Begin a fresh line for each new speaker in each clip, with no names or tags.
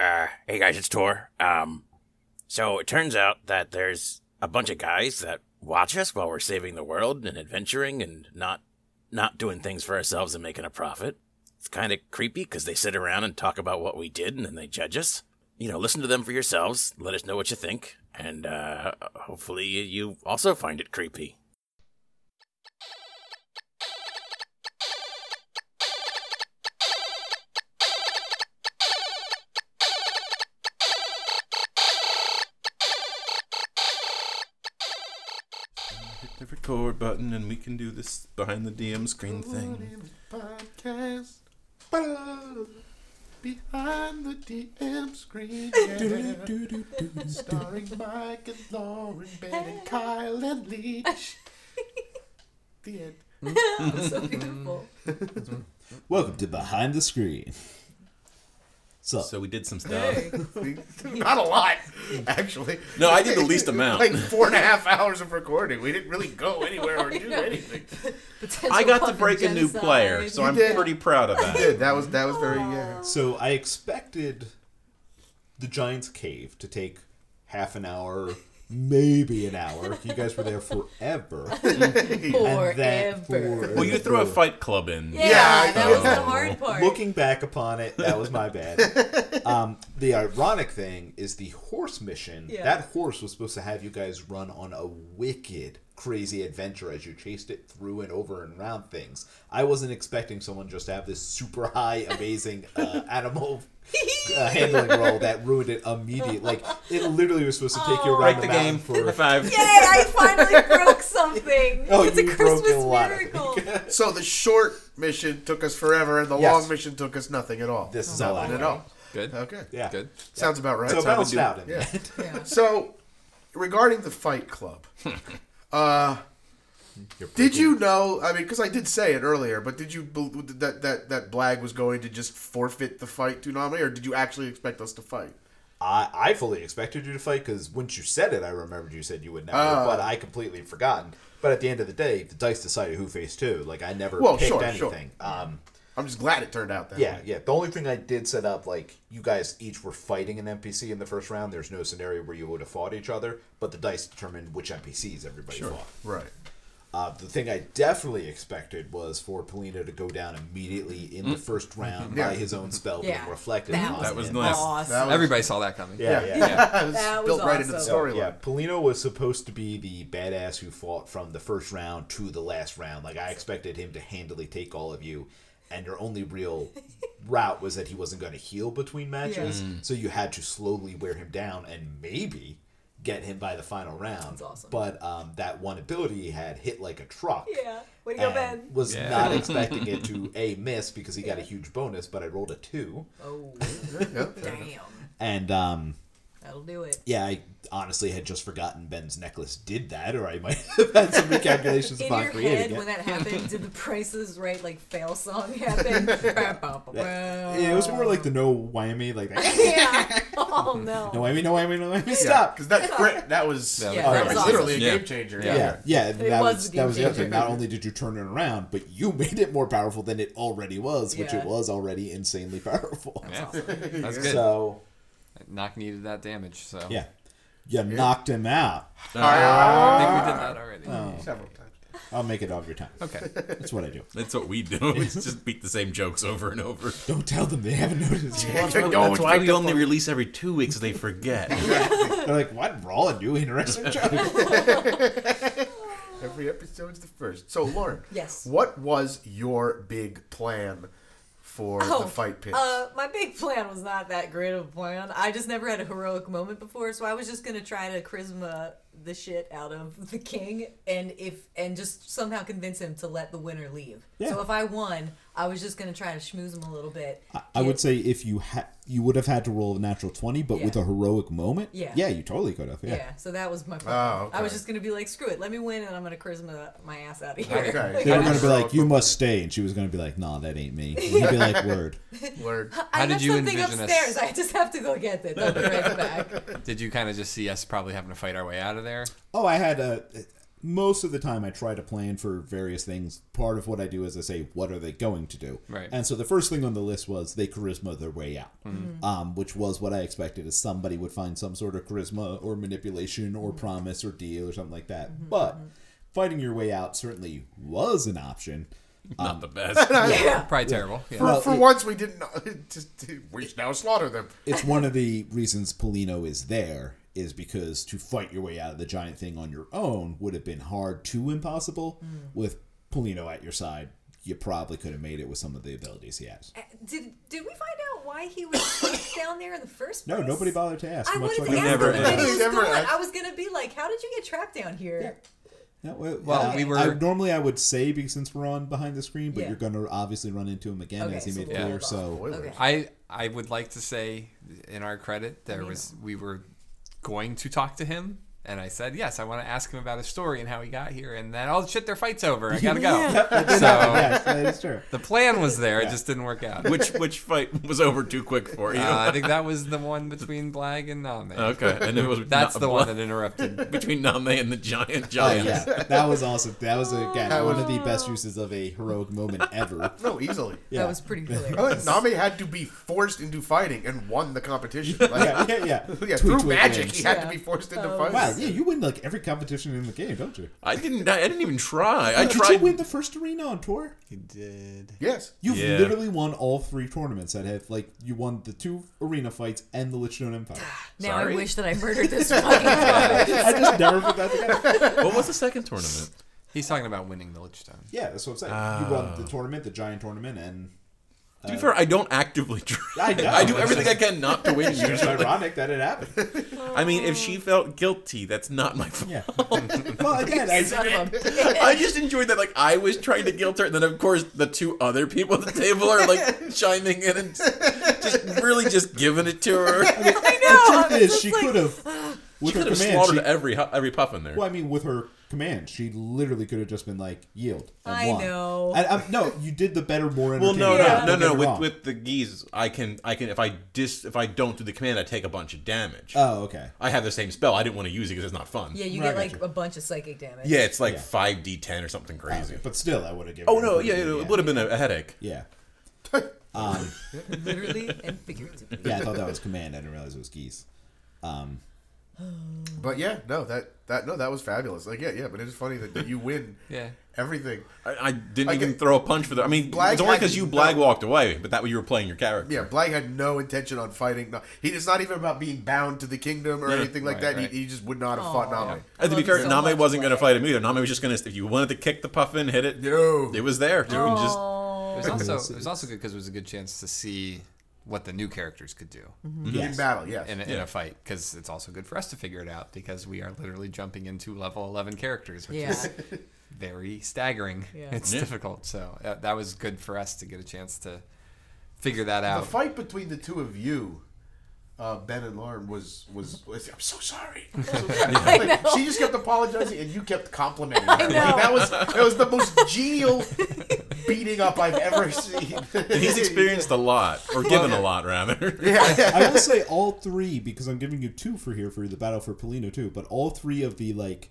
uh, hey guys, it's Tor. Um, so it turns out that there's a bunch of guys that watch us while we're saving the world and adventuring and not not doing things for ourselves and making a profit. It's kind of creepy because they sit around and talk about what we did and then they judge us. You know, listen to them for yourselves. Let us know what you think, and uh, hopefully you also find it creepy.
Hit the record button and we can do this behind the DM screen thing.
Podcast behind the DM screen. yeah. Starring Mike and Lauren, Ben and Kyle and Leach. the end.
It's so beautiful.
Welcome to Behind the Screen. So,
So we did some stuff.
Not a lot, actually.
No, I did the least amount.
Like four and a half hours of recording. We didn't really go anywhere or do anything.
I got to break a new player, so I'm
did.
pretty proud of that.
Yeah, that was that was very yeah.
so I expected the Giant's Cave to take half an hour, maybe an hour. You guys were there forever.
forever.
And that for-
Well, you threw a fight club in.
yeah,
Yeah,
that
I
was the
know.
hard part.
Looking back upon it, that was my bad. Um, the ironic thing is the horse mission.
Yeah.
That horse was supposed to have you guys run on a wicked, crazy adventure as you chased it through and over and around things. I wasn't expecting someone just to have this super high, amazing uh, animal. Uh, handling roll that ruined it immediately. Like it literally was supposed to take you around
Break
the,
the
mountain
game.
for.
High five.
Yay! I finally broke something.
Oh,
it's
you
a
broke
Christmas
a lot of
miracle.
So the short mission took us forever, and the
Yes.
long mission took us nothing at all.
This is all I
Nothing at
know.
all.
Good.
Okay.
Yeah.
Good.
Sounds about right.
So it
Sounds-
balanced out in the
Yeah.
end.
So, regarding the Fight Club, uh,
You're
did
breaking-
you know? I mean, because I did say it earlier, but did you bel- that that that Blag was going to just forfeit the fight to Nami, or did you actually expect us to fight?
I, I fully expected you to fight because once you said it, I remembered you said you would never,
Uh.
but I completely had forgotten. But at the end of the day, the dice decided who faced who. Like I never
Well,
picked
sure, sure.
anything. Um,
I'm just glad it turned out that
yeah,
way.
yeah. The only thing I did set up, like you guys each were fighting an NPC in the first round. There's no scenario where you would have fought each other, but the dice determined which NPCs everybody fought.
Right.
Uh, the thing I definitely expected was for Polino to go down immediately in the first round
Mm. Yeah.
by his own spell
Yeah.
being reflected.
That
on
was
That was
him.
nice.
Awesome.
That was-
Everybody saw that coming.
Yeah, yeah.
That was,
That was
built right into the
awesome.
storyline.
Yeah, Polino was supposed to be the badass who fought from the first round to the last round. Like I expected him to handily take all of you, and your only real route was that he wasn't going to heal between matches, so you had to slowly wear him down and maybe get him by the final round. That's
awesome.
But um, that one ability he had hit like a truck.
Yeah. Way to go,
and
Ben.
Was
Yeah.
not expecting it to a miss because he got a huge bonus, but I rolled a two,
Oh,
Yeah.
damn.
and um,
That'll do it.
yeah, I honestly had just forgotten Ben's necklace did that, or I might have had some recalculations
In
upon
your
creating
head,
it.
when that happened, did the prices right like fail song happen? Bah, bah, bah, bah.
yeah, it was more like the no whammy, like no
Yeah. Oh no.
whammy, no whammy, no whammy,
Yeah,
stop.
because that crit, that was
Yeah,
Yeah,
that
that
was
was
literally
awesome.
a
Yeah.
game changer.
Yeah, yeah, and
It
that
was
was
a
that was the
game
other thing. Not only did you turn it around, but you made it more powerful than it already was, which
Yeah.
it was already insanely powerful.
Yeah. That's good.
So
Knock needed that damage, so.
yeah, you knocked him out.
I think we did that already.
Several times.
I'll make it all your time.
Okay.
That's what I do.
That's what we do. We just beat the same jokes over and over.
Don't tell them they haven't noticed.
No,
That's why we only release every two weeks. They forget.
They're like, "What? Raw a new interesting joke."
Every episode's the first. So, Lauren.
Yes.
What was your big plan for the fight pitch?
Uh, my big plan was not that great of a plan. I just never had a heroic moment before, so I was just gonna try to charisma the shit out of the king, and if and just somehow convince him to let the winner leave. So
Yeah.
if I won, I was just gonna try to schmooze him a little bit.
Uh,
I
Yeah.
would say if you had, you would have had to roll a natural twenty, but with
Yeah.
a heroic moment,
Yeah.
yeah, you totally could have. Yeah,
yeah. so that was my plan.
Oh, okay.
I was just gonna be like, screw it, let me win, and I'm gonna charisma my ass out of here.
Okay.
Like,
they
I
were gonna
just-
be like, "You must stay," and she was gonna be like, "Nah, that ain't me." And he'd be like, "Word."
Word.
I
How did
left
you
something
envision us-
upstairs. I just have to go get it. I'll be right back.
Did you kind of just see us probably having to fight our way out of there?
Oh, I had a. most of the time I try to plan for various things. Part of what I do is I say, what are they going to do?
Right.
And so the first thing on the list was they charisma their way out,
Mm-hmm.
um, which was what I expected is somebody would find some sort of charisma or manipulation
Mm-hmm.
or promise or deal or something like that. But fighting your way out certainly was an option.
Not the best.
Probably terrible. Yeah.
For,
Well,
for
it-
once, we didn't. Just, we should now slaughter them.
it's one of the reasons Polino is there is because to fight your way out of the giant thing on your own would have been hard to impossible.
Hmm.
With Polino at your side, you probably could have made it with some of the abilities he has.
Did did we find out why he was stuck down there in the first place?
No, nobody bothered to ask.
I
much
wanted
like
to ask
never
never him.
did.
He was
Never
gone.
asked.
I was gonna be like, how did you get trapped down here?
No, well,
Well,
I-
we were-
I, normally I would say because since we're on behind the screen, but
Yeah.
you're going to obviously run into him again
Okay,
as he
so
made
we'll
clear.
hold off.
So
Spoilers.
Okay.
I I would like to say in our credit there
Amino.
was we were going to talk to him and I said yes I want to ask him about his story and how he got here and then oh shit their fight's over I gotta go so
yes, that is true.
the plan was there it just didn't work out uh,
which which fight was over too quick for you?
Uh,
I think that was the one between Blag and Name
okay, and it was
that's
not-
the one that interrupted
between Name and the giant
Oh
giant.
yeah, that was awesome. That was again one of the best uses of a heroic moment ever.
No, easily.
Yeah.
Oh. That was pretty hilarious.
I like Nami had to be forced into fighting and won the competition. Like,
yeah, yeah, yeah.
yeah,
Tweet,
through
tweet
magic,
wins.
he had
Yeah.
to be forced into
Um,
fighting.
Wow, yeah, you win like every competition in the game, don't you?
I didn't. I, I didn't even try. I
Did
tried.
you win the first arena on tour?
he did
Yes.
You've
Yeah.
literally won all three tournaments that have like you won the two arena fights and the Lich Stone Empire.
Now
Sorry?
I wish that I murdered this fucking guy.
I just never put that together.
what was the second tournament?
he's talking about winning the Lich Stone
Yeah, that's what I'm saying. you
Ah.
won the tournament, the giant tournament, and
to be fair, I don't actively try.
I know.
do everything I can not to win.
it's
Usually,
ironic that it happened.
I mean, if she felt guilty, that's not my fault.
Mm. Yeah. well, again, I,
Son of a
I just enjoyed that. Like I was trying to guilt her, and then of course the two other people at the table are like chiming in and just really just giving it to her.
the truth is, she could have with her
Could have
command.
slaughtered
She,
every every puff in there.
well, I mean, with her command, she literally could have just been like, "Yield." and
I
won.
know.
And, um, no, you did the better, more
Well,
entertaining.
no,
job,
no,
don't
no,
get me
no.
wrong.
With with the geese, I can I can if I dis if I don't do the command, I take a bunch of damage.
oh, okay.
I have the same spell. I didn't want to use it because it's not fun.
Yeah, you get
Right, gotcha.
like a bunch of psychic damage.
Yeah, it's like five d ten or something crazy.
But still, I would have given.
Oh
her
no,
a
yeah,
pretty good
it
hand.
would have been a, a headache.
Yeah,
Literally and figuratively.
yeah. I thought that was command. I didn't realize it was geese.
But yeah, no, that that no, that was fabulous. Like yeah, yeah, but it is funny that, that you win
yeah
everything.
I, I didn't
I
even
get-
throw a punch for that. I mean,
uh, Blag
it's only
had
because you
no-
Blag walked away, but that way you were playing your character.
Yeah, Blag had no intention on fighting. No, he, it's not even about being bound to the kingdom or anything like
right,
that.
right.
He, he just would not have fought Nami.
And to be
Love
fair,
you so
Name
much,
wasn't going to
Blag.
fight him either. Name was just going to, if you wanted to kick the puff in, hit it.
No.
It was there. Dude, and just
Oh.
it was also it was also good because it was a good chance to see what the new characters could do
Mm-hmm.
Yes.
In battle, yes.
in a, in
Yeah.
a fight because it's also good for us to figure it out because we are literally jumping into level 11 characters which
Yeah.
is very staggering
Yeah.
it's
Yeah.
difficult so uh, that was good for us to get a chance to figure that
the
Oh.
out
fight between the two of you, uh, Ben and Lauren, was was. was- I'm so sorry. I'm so sorry. Like, she just kept apologizing, and you kept complimenting her. Like,
know.
that was that was the most genial beating up I've ever seen.
he's experienced a lot, or given a lot, rather.
I will say all three because I'm giving you two for here for the battle for Polino too. But all three of the like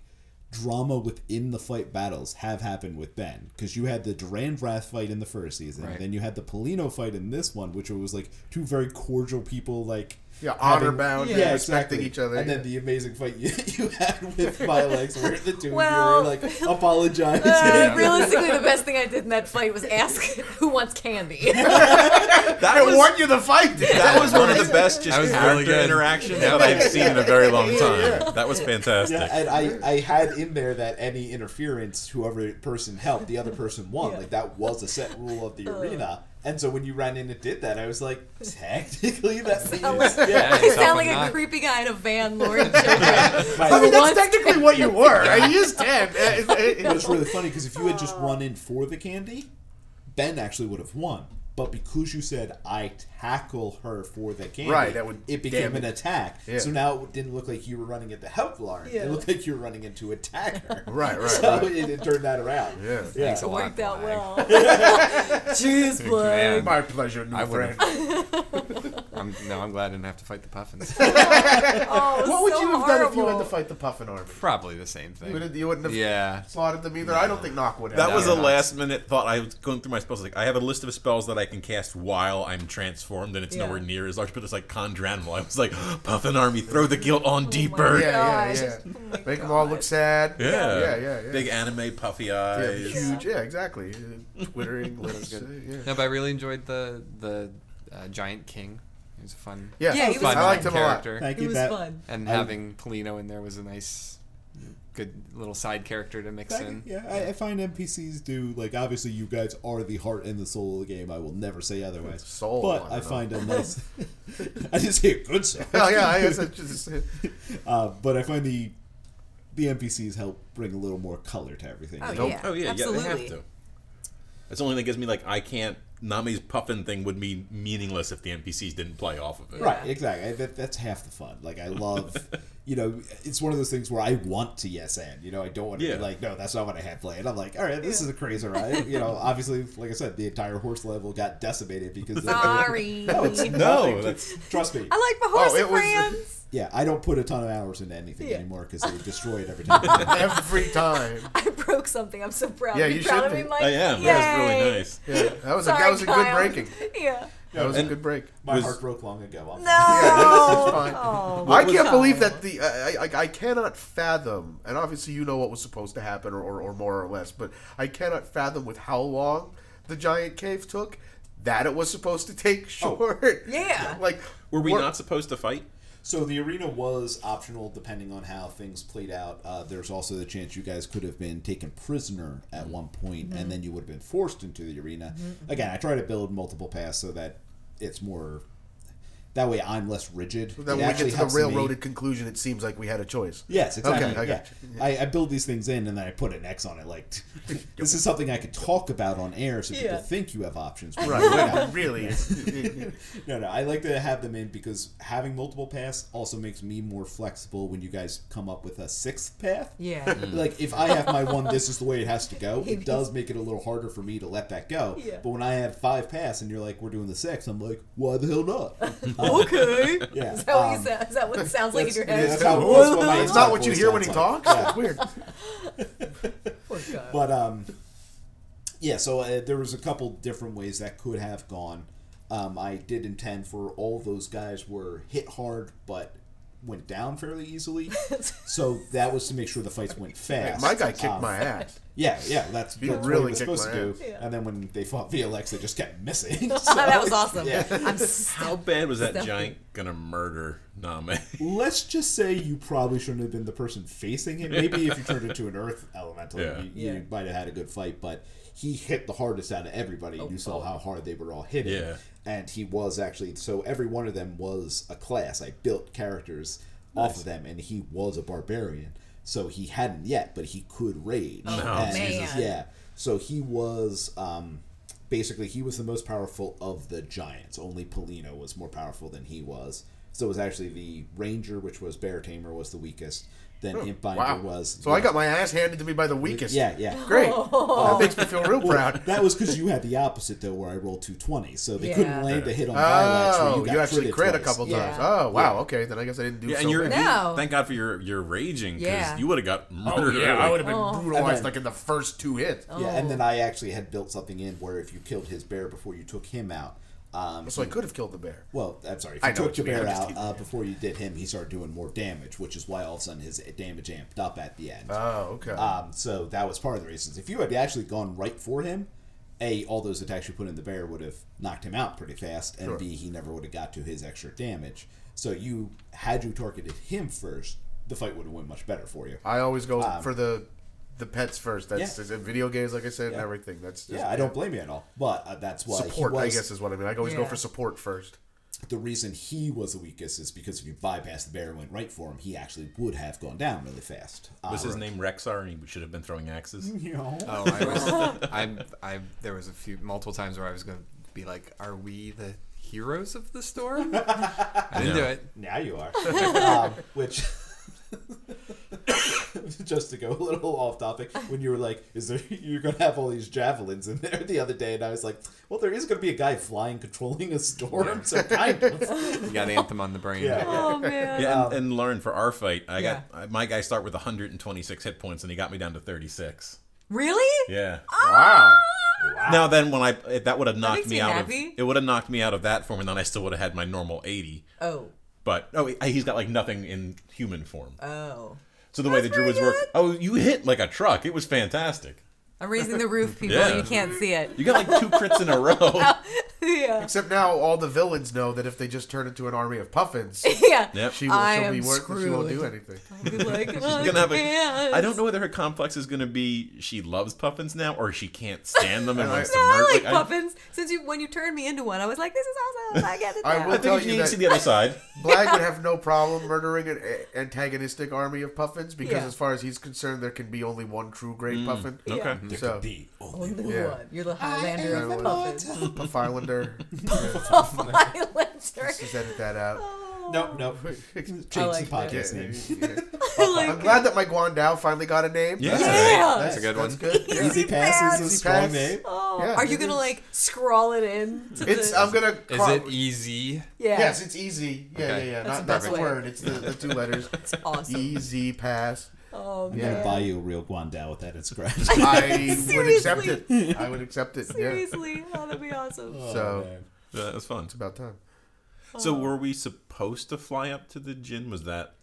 drama within the fight battles have happened with Ben because you had the Durand Wrath fight in the first season,
Right.
then you had the Polino fight in this one, which was like two very cordial people like
Yeah, honor bound,
yeah,
yeah,
exactly.
respecting each other.
and then the amazing fight you, you had with Vilex where the two
Well-
of you were like apologizing.
Uh, realistically, the best thing I did in that fight was ask who wants candy.
That
I
was,
warned you to fight.
that was one of the best just
That was really
character
good.
interactions that I've seen in a very long time.
yeah.
That was fantastic.
Yeah, and I, I had in there that any interference, whoever person helped, the other person won. Like that was a set rule of the
Uh.
arena. And so when you ran in and did that, I was like, technically that means yeah.
I
someone
sound like
not-
a creepy guy in a van luring children.
But-
I mean, that's
Once-
technically what you were. He is dead. It- it- it-
but it's really funny because if you had just run in for the candy, Ben actually would have won. But because you said I tackle her for the candy,
Right, that would
it became an
damage-
attack.
Yeah.
So now it didn't look like you were running into help Lauren.
Yeah.
It looked like you were running into attack her.
Right, right,
So
right.
It, it turned that around.
Yeah.
yeah.
Thanks a
It
lot,
worked out
Blag.
well. Jeez,
Man.
Blake.
My pleasure, new
I would've-
friend.
I I'm, no, I'm glad I didn't have to fight the puffins.
Oh, it was
What would
so
you have done if you had to
horrible.
fight the Puffin Army?
Probably the same
You
thing.
wouldn't, you wouldn't have
Yeah.
slaughtered them either. I don't think Knock would have.
That was a
Yeah.
last minute thought. I was going through my spells. Like I have a list of spells that I can cast while I'm transformed, and it's
Yeah.
nowhere near as large. But it's like conjure animal. I was like, puff an army, throw the guilt
Oh
on
Yeah,
deeper. Yeah.
yeah,
Gosh.
yeah.
Oh my
Make them all look sad.
Yeah.
yeah, yeah. yeah.
Big anime puffy
yeah,
eyes.
huge. Yeah, exactly. Uh, Twittering. lips, uh, yeah.
No, but I really enjoyed the the uh, giant king. He was a fun,
Yeah,
Yeah, he was
fun
I liked him
character.
Thank
It
you,
was
Pat.
fun.
And having Polino in there was a nice, good little side character to mix
Back-
in.
yeah, I, I find NPCs do like obviously you guys are the heart and the soul of the game. I will never say otherwise.
Soul, I
but
don't
I
know.
find a nice. I just hear good soul.
a lot. Hell yeah, I guess I just.
Uh, but I find the the NPCs help bring a little more color to everything.
Oh,
Like,
yeah.
Oh yeah,
Absolutely.
yeah, they have to. That's the only thing that gives me like I can't. Nami's puffin thing would be meaningless if the NPCs didn't play off of it.
Right, exactly. I, that, that's half the fun. Like I love, you know, it's one of those things where I want to yes and. You know, I don't want to
Yeah.
be like, no, that's not what I had planned. I'm like, all right, this is a crazy ride. you know, obviously, like I said, the entire horse level got decimated because
Sorry.
no, it's
No,
nothing.
that's-
trust me.
I like
Oh,
my horse
it was-
friends.
Yeah, I don't put a ton of hours into anything
Yeah.
anymore 'cause anymore because they destroy it every time.
Every time.
I broke something. I'm so proud.
Yeah,
Are you,
you
proud
should
of me,
be.
Mike?
I am. That's
Yay.
really nice.
Yeah, that was a,
Sorry,
that was a good
Kyle.
breaking.
Yeah.
That was a
And-
good break.
My
Was-
heart broke long ago. I'm
No.
Yeah, it's fine.
Oh,
I can't
Kyle.
believe that the I, I, I cannot fathom, and obviously you know what was supposed to happen, or, or, or more or less, but I cannot fathom with how long the giant cave took. That it was supposed to take short.
Yeah.
like
Oh. Were we not supposed to fight?
So the arena was optional depending on how things played out. Uh, there's also the chance you guys could have been taken prisoner at
Mm-hmm.
one point, and then you would have been forced into the arena. Again, I try to build multiple paths so that it's more. That way, I'm less rigid.
Then
It
when we
actually
get to the
helps me-
railroaded conclusion, it seems like we had a choice.
Yes, exactly.
Okay, I
yeah.
got
I, I build these things in and then I put an X on it. Like, this is something I could talk about on air so
Yeah.
people think you have options. but you don't.
Right. really.
No, no, I like to have them in because having multiple paths also makes me more flexible when you guys come up with a sixth path.
Yeah.
Like if I have my one, this is the way it has to go. It does make it a little harder for me to let that go.
Yeah.
But when I have five paths and you're like, we're doing the sixth, I'm like, why the hell not?
Mm.
okay.
Yeah,
Is that, what
um,
you sound, is that what it sounds like in your head?
that's how- that's what my
it's not what
inside
you
voice
hear when he
sounds like.
talks. It's weird.
Poor Kyle.
But um, yeah. So uh, there was a couple different ways that could have gone. Um, I did intend for all those guys were hit hard, but went down fairly easily. so that was to make sure the fights went fast.
My guy kicked
Um,
my ass.
Yeah, yeah. That's,
He
that's what
really
he
kicked
was supposed
my
to do.
ass.
Yeah.
And then when they fought VLX, they just kept missing.
Oh, that was
So,
awesome. I'm
How
so
bad was that
Stuff.
giant gonna murder Name?
Let's just say you probably shouldn't have been the person facing him. Maybe if you turned into an earth elemental,
Yeah.
you, you
Yeah.
might have had a good fight. But he hit the hardest out of everybody. you saw how hard they were all hitting.
Yeah.
And he was actually so every one of them was a class. I built characters off of them, and he was a barbarian. So he hadn't yet, but he could rage. and,
Oh, man.
Yeah. So he was um, basically he was the most powerful of the giants. Only Polino was more powerful than he was. So it was actually the ranger, which was Bear Tamer, was the weakest. Then
Oh,
Impbinder
Wow.
was.
So I got my ass handed to me by the weakest.
Yeah, yeah.
Great. That makes me feel real proud.
That was because you had the opposite though, where I rolled two twenty, so they
Yeah.
couldn't land a hit on Violax. where
Oh,
got
you, actually
critted
crit a
twice.
couple
Yeah.
times. Oh, wow. Okay, then I guess I didn't do.
Yeah,
so
and you're
bad.
No.
thank God for your your raging because
Yeah.
you would have got murdered.
Oh yeah, I
early.
would have been brutalized
then-
like in the first two hits.
Yeah, and then
Oh.
I actually had built something in where if you killed his bear before you took him out, um,
So I could have killed the bear.
Well, I'm sorry. If
I
you
know
took
what you mean,
Jaber
I'm just
out
teasing
uh, before you did him, he started doing more damage, which is why all of a sudden his damage amped up at the end.
Oh, okay.
um, so that was part of the reasons. If you had actually gone right for him, a all those attacks you put in the bear would have knocked him out pretty fast, and b he never would have got to his extra damage. So you had you targeted him first, the fight would have went much better for you.
I always go for the the pets first. That's
um, Yeah.
that's in video games, like I said, and everything. That's just
yeah, I don't blame you at all, but uh, that's why he
support. I
was-
guess is what I mean. I always go
Yeah.
for support first.
the reason he was the weakest is because if you bypassed the bear and went right for him, he actually would have gone down really fast. Um,
Was his name Rexar, and he should have been throwing axes.
Uh,
Oh, I was. I, I there was a few multiple times where I was going to be like, "Are we the heroes of the storm?" I didn't do it.
Now you are. um, which, which just to go a little off topic, when you were like, "Is there you're gonna have all these javelins in there?" The other day, and I was like, "Well, there is gonna be a guy flying controlling a storm, so kind of."
You got anthem on the brain.
Yeah.
Oh man.
Yeah, and, and Lauren for our fight, I
Yeah.
got my guy start with 126 hit points, and he got me down to 36.
Really?
Yeah.
Ah. Wow.
Now then, when I it- that would have knocked
makes
me
me
out of
happy.
it would have knocked me out of that form, and then I still would have had my normal 80.
Oh.
But oh, he- he's got like nothing in human form.
Oh.
So the way the druids work, oh, you hit like a truck. It was fantastic.
I'm raising the roof, people.
Yeah.
You can't see it.
You got like two crits in a row.
yeah.
Except now all the villains know that if they just turn into an army of puffins,
Yeah.
Yep.
she will
I
she'll be
am
worth, she won't do
screwed.
anything.
Be like,
She's gonna have a, I don't know whether her complex is gonna be she loves puffins now or she can't stand them and
No,
wants to
No, I
murder.
like
I-
puffins. Since you, when you turned me into one, I was like, "This is awesome! I get it."
I
now.
I
will-
think
Tell
you
you
need to
that-
see the other side.
Blag would have no problem murdering an a- antagonistic army of puffins because,
Yeah.
as far as he's concerned, there can be only one true great
Mm.
puffin.
Yeah.
So,
Be
Oh, Lord.
Yeah.
You're the Highlander of
am
puffins.
Puff Islander. Yeah,
Highlander.
just edit that out.
no, no, change
I like
the
that.
Yeah,
podcast name.
yeah. I'm
like,
glad that my Guandao finally got a name.
Yeah.
That's-
yeah.
That's a good
That's
one.
good. Yeah.
Easy pass is a
Easy
strong
pass.
name.
Oh,
Yeah,
are you
it
gonna
is.
like scrawl it in? To
It's
the...
um,
I'm gonna.
Is
call-
it easy?
yeah.
Yes, it's easy. Yeah,
Okay.
yeah, yeah.
That's
Not,
the
that's
best
the
way.
word. It's the, the two letters.
It's awesome.
Easy pass.
Oh
I'm
man.
gonna
Yeah.
buy you a real Guandao with that inscribed.
I would accept
Seriously.
it. I would accept it. Yeah.
Seriously, oh, that'd be awesome.
So
Yeah, that was fun.
it's about time.
Oh.
So were we supposed to fly up to the gin? Was that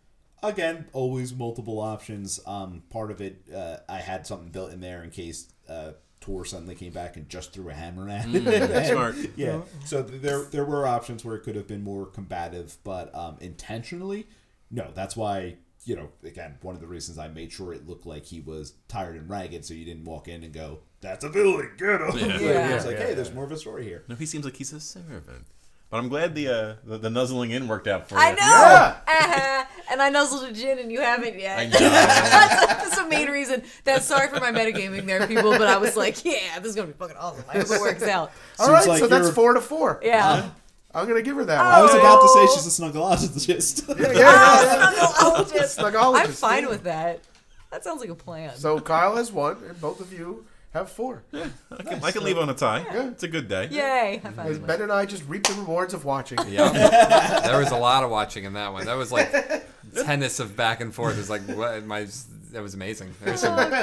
again always multiple options um part of it uh, i had something built in there in case uh tor suddenly came back and just threw a hammer at it
smart?
yeah so th- there there were options where it could have been more combative but um intentionally no that's why you know again one of the reasons i made sure it looked like he was tired and ragged so you didn't walk in and go that's a building get him Like, it's like hey there's more of a story here
No, he seems like he's a servant. But I'm glad the uh, the, the nuzzling in worked out for you.
I know.
Yeah.
Uh-huh. And I nuzzled a gin, and you haven't yet.
I know.
That's the main reason. That's sorry for my metagaming there, people. But I was like, yeah, this is gonna be fucking awesome. I hope it works out.
All
Seems
right,
like
so that's
you're-
four to four.
Yeah. Oh,
I'm gonna give her that
i
one.
was about to say she's a snuggleologist
Yeah, yeah, yeah.
Snuggleologist.
Snuggleologist,
I'm fine
yeah.
with that. That sounds like a plan.
So Kyle has one, and both of you have four.
I can, I can leave on a tie. It's a good day.
Yay! High five.
Ben and I just reap the rewards of watching.
Yeah. there was a lot of watching in that one. That was like tennis of back and forth. It was like what my that was amazing. There was
Oh
some
god.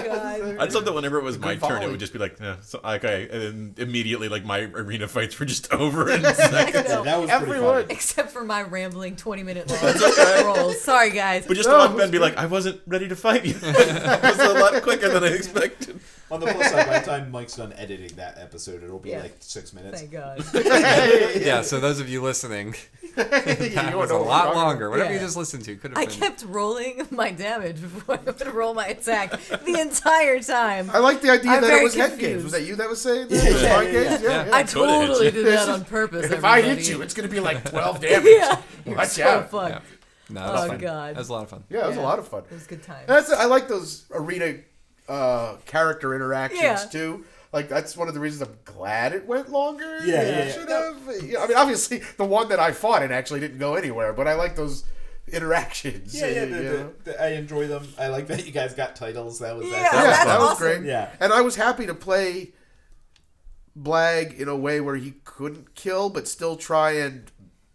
I just love that whenever it was my turn, it
volley.
would just be like, eh, so, okay, and then immediately like my arena fights were just over in seconds.
yeah, that was pretty
Everyone.
funny.
Except for my rambling 20 minute long roll. Sorry guys.
But just to
No, it
let
was
Ben be like, I wasn't ready to fight you. it was a lot quicker than I expected.
On the plus side, by the time Mike's done editing that episode, it'll be
Yeah.
like six minutes.
Thank God.
yeah, so those of you listening,
You
that
don't
was
know what Oh,
a
we're
lot
talking
longer. Whatever
Yeah.
you just listened to could
I
have been.
kept rolling my damage before I would roll my attack the entire time.
I like the idea
I'm
that
very
it was head
confused.
games. Was that you that was saying that? It was mind games? Yeah, yeah.
I
That's what it is.
totally did that on purpose.
If I hit
everybody.
you, it's gonna be like twelve damage.
yeah.
Watch
Oh
out.
fuck.
Yeah. No, that was
Oh
fun.
god.
That was a lot of fun.
Yeah, it was
Yeah.
a lot of fun.
It was good time.
That's I like those arena uh, character interactions
Yeah.
too. Like that's one of the reasons I'm glad it went longer.
Yeah,
than
yeah,
it
yeah.
should have. Yeah, I mean, obviously the one that I fought in actually didn't go anywhere, but I like those interactions.
Yeah, yeah,
you
the,
know?
the, the, I enjoy them. I like that you guys got titles. That was
Yeah,
that.
yeah,
that's
that was
awesome.
great.
Yeah.
and I was happy to play Blag in a way where he couldn't kill, but still try and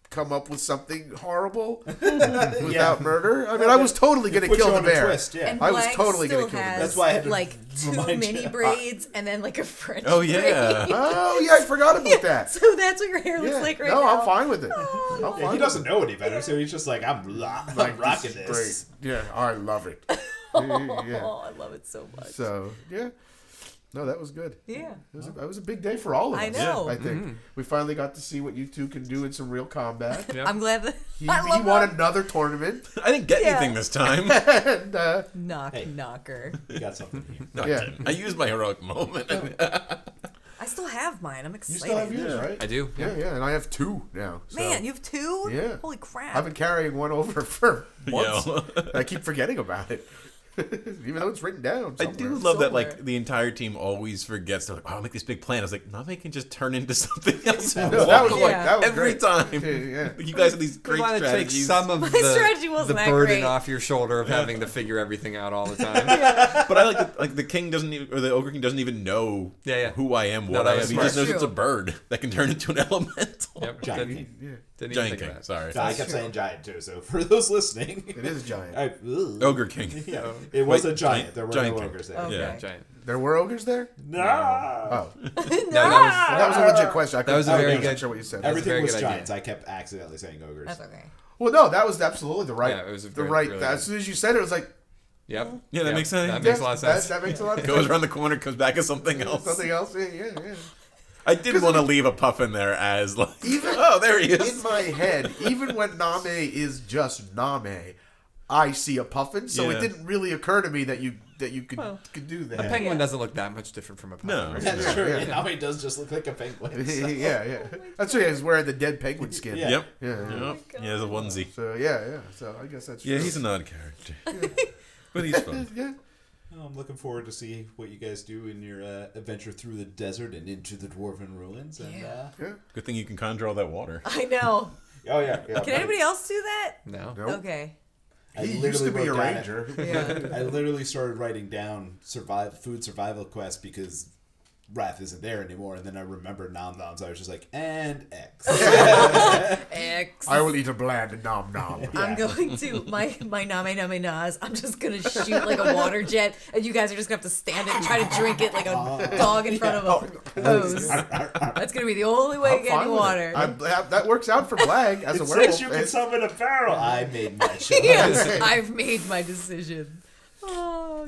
come up with something horrible without murder. I mean, I was totally gonna
Put
kill
you
the
on a
bear.
twist. Yeah,
and
I was
Black
totally
still
gonna kill the
has,
bird.
That's why I had to
like two
remind you.
mini braids and then like a French.
Oh, yeah.
braid.
Oh yeah, I forgot about that.
so that's what your hair looks
Yeah.
like right
no,
now. Oh.
I'm fine with it. I'm
yeah,
fine
he
with it.
doesn't know any better, so he's just like, I'm, lo- I'm
Like,
rocking
is
this.
Great. Yeah, I love it. Yeah, yeah.
Oh, I love it so much.
So yeah, no, that was good. It
yeah.
was, a, it was a big day for all of us.
I know.
I think
Mm-hmm.
we finally got to see what you two can do in some real combat.
Yeah.
I'm glad that
He,
I
he
love
won
that.
another tournament.
I didn't get
Yeah.
anything this time.
And, uh,
knock
Hey.
knocker.
You got something here.
No, I
Yeah.
didn't. I used my heroic moment.
I still have mine. I'm excited.
You still have yours, right?
I do. Yeah.
yeah, yeah, and I have two now. So.
Man, you have two?
Yeah.
Holy crap.
I've been carrying one over for months.
Yo.
I keep forgetting about it. even though it's written down.
I
Somewhere.
do love that like
Somewhere.
the entire team always forgets to like, oh, I'll make this big plan. I was like, nothing can just turn into something else. and
No, that
walk
was like
Yeah.
that was
every
great.
time.
Yeah, yeah.
You guys have these
We
great
want to take
strategies.
some of
My
the,
strategy wasn't
the
that
burden
great.
off your shoulder of having to figure everything out all the time.
but I like that, like the king doesn't even or the ogre king doesn't even know
Yeah, yeah.
who I am,
No,
what
that
I am.
was
He
smart.
just knows
True.
it's a bird that can turn into an elemental.
Yep.
Giant
didn't,
king.
didn't even
Giant
think
king.
of that.
Sorry,
I kept saying giant too, so for those listening,
It is giant.
I, ugh.
ogre king.
Yeah, it was
Wait,
a giant.
giant-
There were
giant
no
king.
ogres there.
Okay.
Yeah.
Giant.
There were ogres there.
No.
Oh,
No,
Ah! Uh,
that
that was a legit question. I couldn't-
was a
I
very
wasn't
good-
sure what you said.
a very
Everything was
good idea.
giants. I kept accidentally saying ogres.
That's okay.
Well, no, that was absolutely the right.
Yeah, it was a
the
very-
right.
really
as soon as you said it, it was like
was. Yep.
Yeah, that
Yep.
makes sense.
That
yeah,
makes a lot of
that-
sense.
That, makes a lot of sense.
Goes around the corner, comes back as something else.
Something else. Yeah, yeah, yeah.
I did want to leave a puff in there as like, oh, there he
In
is.
my head, even when Name is just Name, I see a puffin. So
Yeah.
it didn't really occur to me that you that you could could do that.
A penguin doesn't look that much different from a
No.
puppet.
That's true. And now he does just look like a penguin. so-
yeah, yeah. That's why he's wearing the dead penguin skin.
Yeah.
Yep.
Yeah, yeah.
Yep. Yeah, there's a onesie.
So yeah, yeah. So I guess that's
Yeah,
true.
he's an odd character, but he's fun.
yeah.
Well, I'm looking forward to see what you guys do in your uh, adventure through the desert and into the dwarven ruins. And,
Yeah.
Uh,
Good thing you can conjure all that water.
I know.
oh yeah. yeah.
Can anybody else do that?
No.
Nope.
Okay.
I
He
literally
used to be a
wrote down-
ranger.
Yeah.
I literally started writing down survive food survival quests because Wrath isn't there anymore, and then I remembered Nom Noms. I was just like, and X.
X.
I will eat a bland nom nom.
I'm going to my my name name nas. I'm just gonna shoot like a water jet, and you guys are just gonna have to stand it and try to drink it like a dog in front of a hose. That's gonna be the only way to
I'm
get
fine
any
with it.
water.
I'm- that- that works out for Blag as a
It
werewolf.
says you can
It's-
summon a barrel. I made my shit. up.
Yeah, I've made my decision. Oh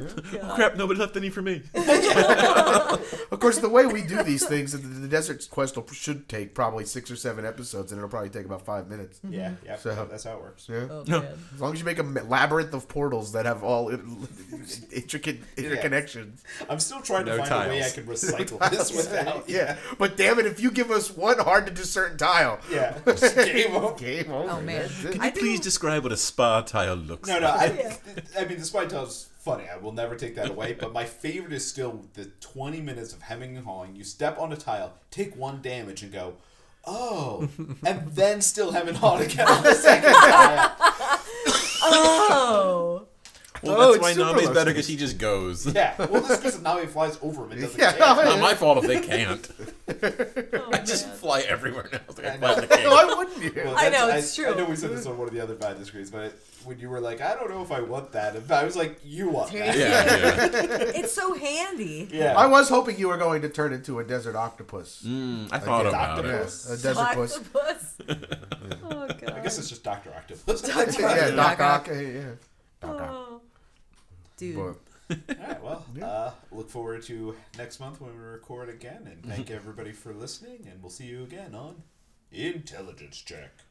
god.
Crap, nobody left any for me.
Of course, the way we do these things, the, the desert quest will, should take probably six or seven episodes, and it'll probably take about five minutes.
Yeah, yeah,
So-
that's how it works.
Yeah.
Oh man.
As long as you make a ma- labyrinth of portals that have all in- intricate interconnections.
I'm still trying
No
to find a way I
tiles.
can recycle this without.
Yeah. But damn it, if you give us one hard to discern tile,
Yeah. Game over.
game over.
Oh man.
That's it.
I
Please
do,
describe what a spa tile looks
No,
like.
no. I, I mean, the spy tile's funny. I will never take that away. But my favorite is still the 20 minutes of hemming and hawing. You step on a tile, take one damage, and go, oh, and then still hem and haw again on the second tile.
oh.
Well,
Oh,
that's why
it's super
Nami's
low
better because he just goes.
Yeah. Well, this because now he flies over him and doesn't
Yeah.
care.
Not my fault if they can't.
oh
I just
man.
fly everywhere now. It's like, I
I
fly
know.
in the cave.
Why wouldn't you?
Well,
I
that's-
know, it's
I
true.
know we said this on one of the other bad screens, but when you were like, I don't know if I want that, and I was like, you want
Yeah,
that.
yeah.
It's so handy.
Yeah.
I was hoping you were going to turn into a desert octopus.
Mm, I thought
Like
about it.
Yes, a desert puss.
Octopus. oh god.
I guess it's just Dr. Octopus.
Dr.
Yeah,
Doc
Doc
Ock.
Ock. Yeah, yeah. Doc Ock.
Oh. Dude.
But-
All right, well, uh, look forward to next month when we record again, and thank everybody for listening, and we'll see you again on Intelligence Check.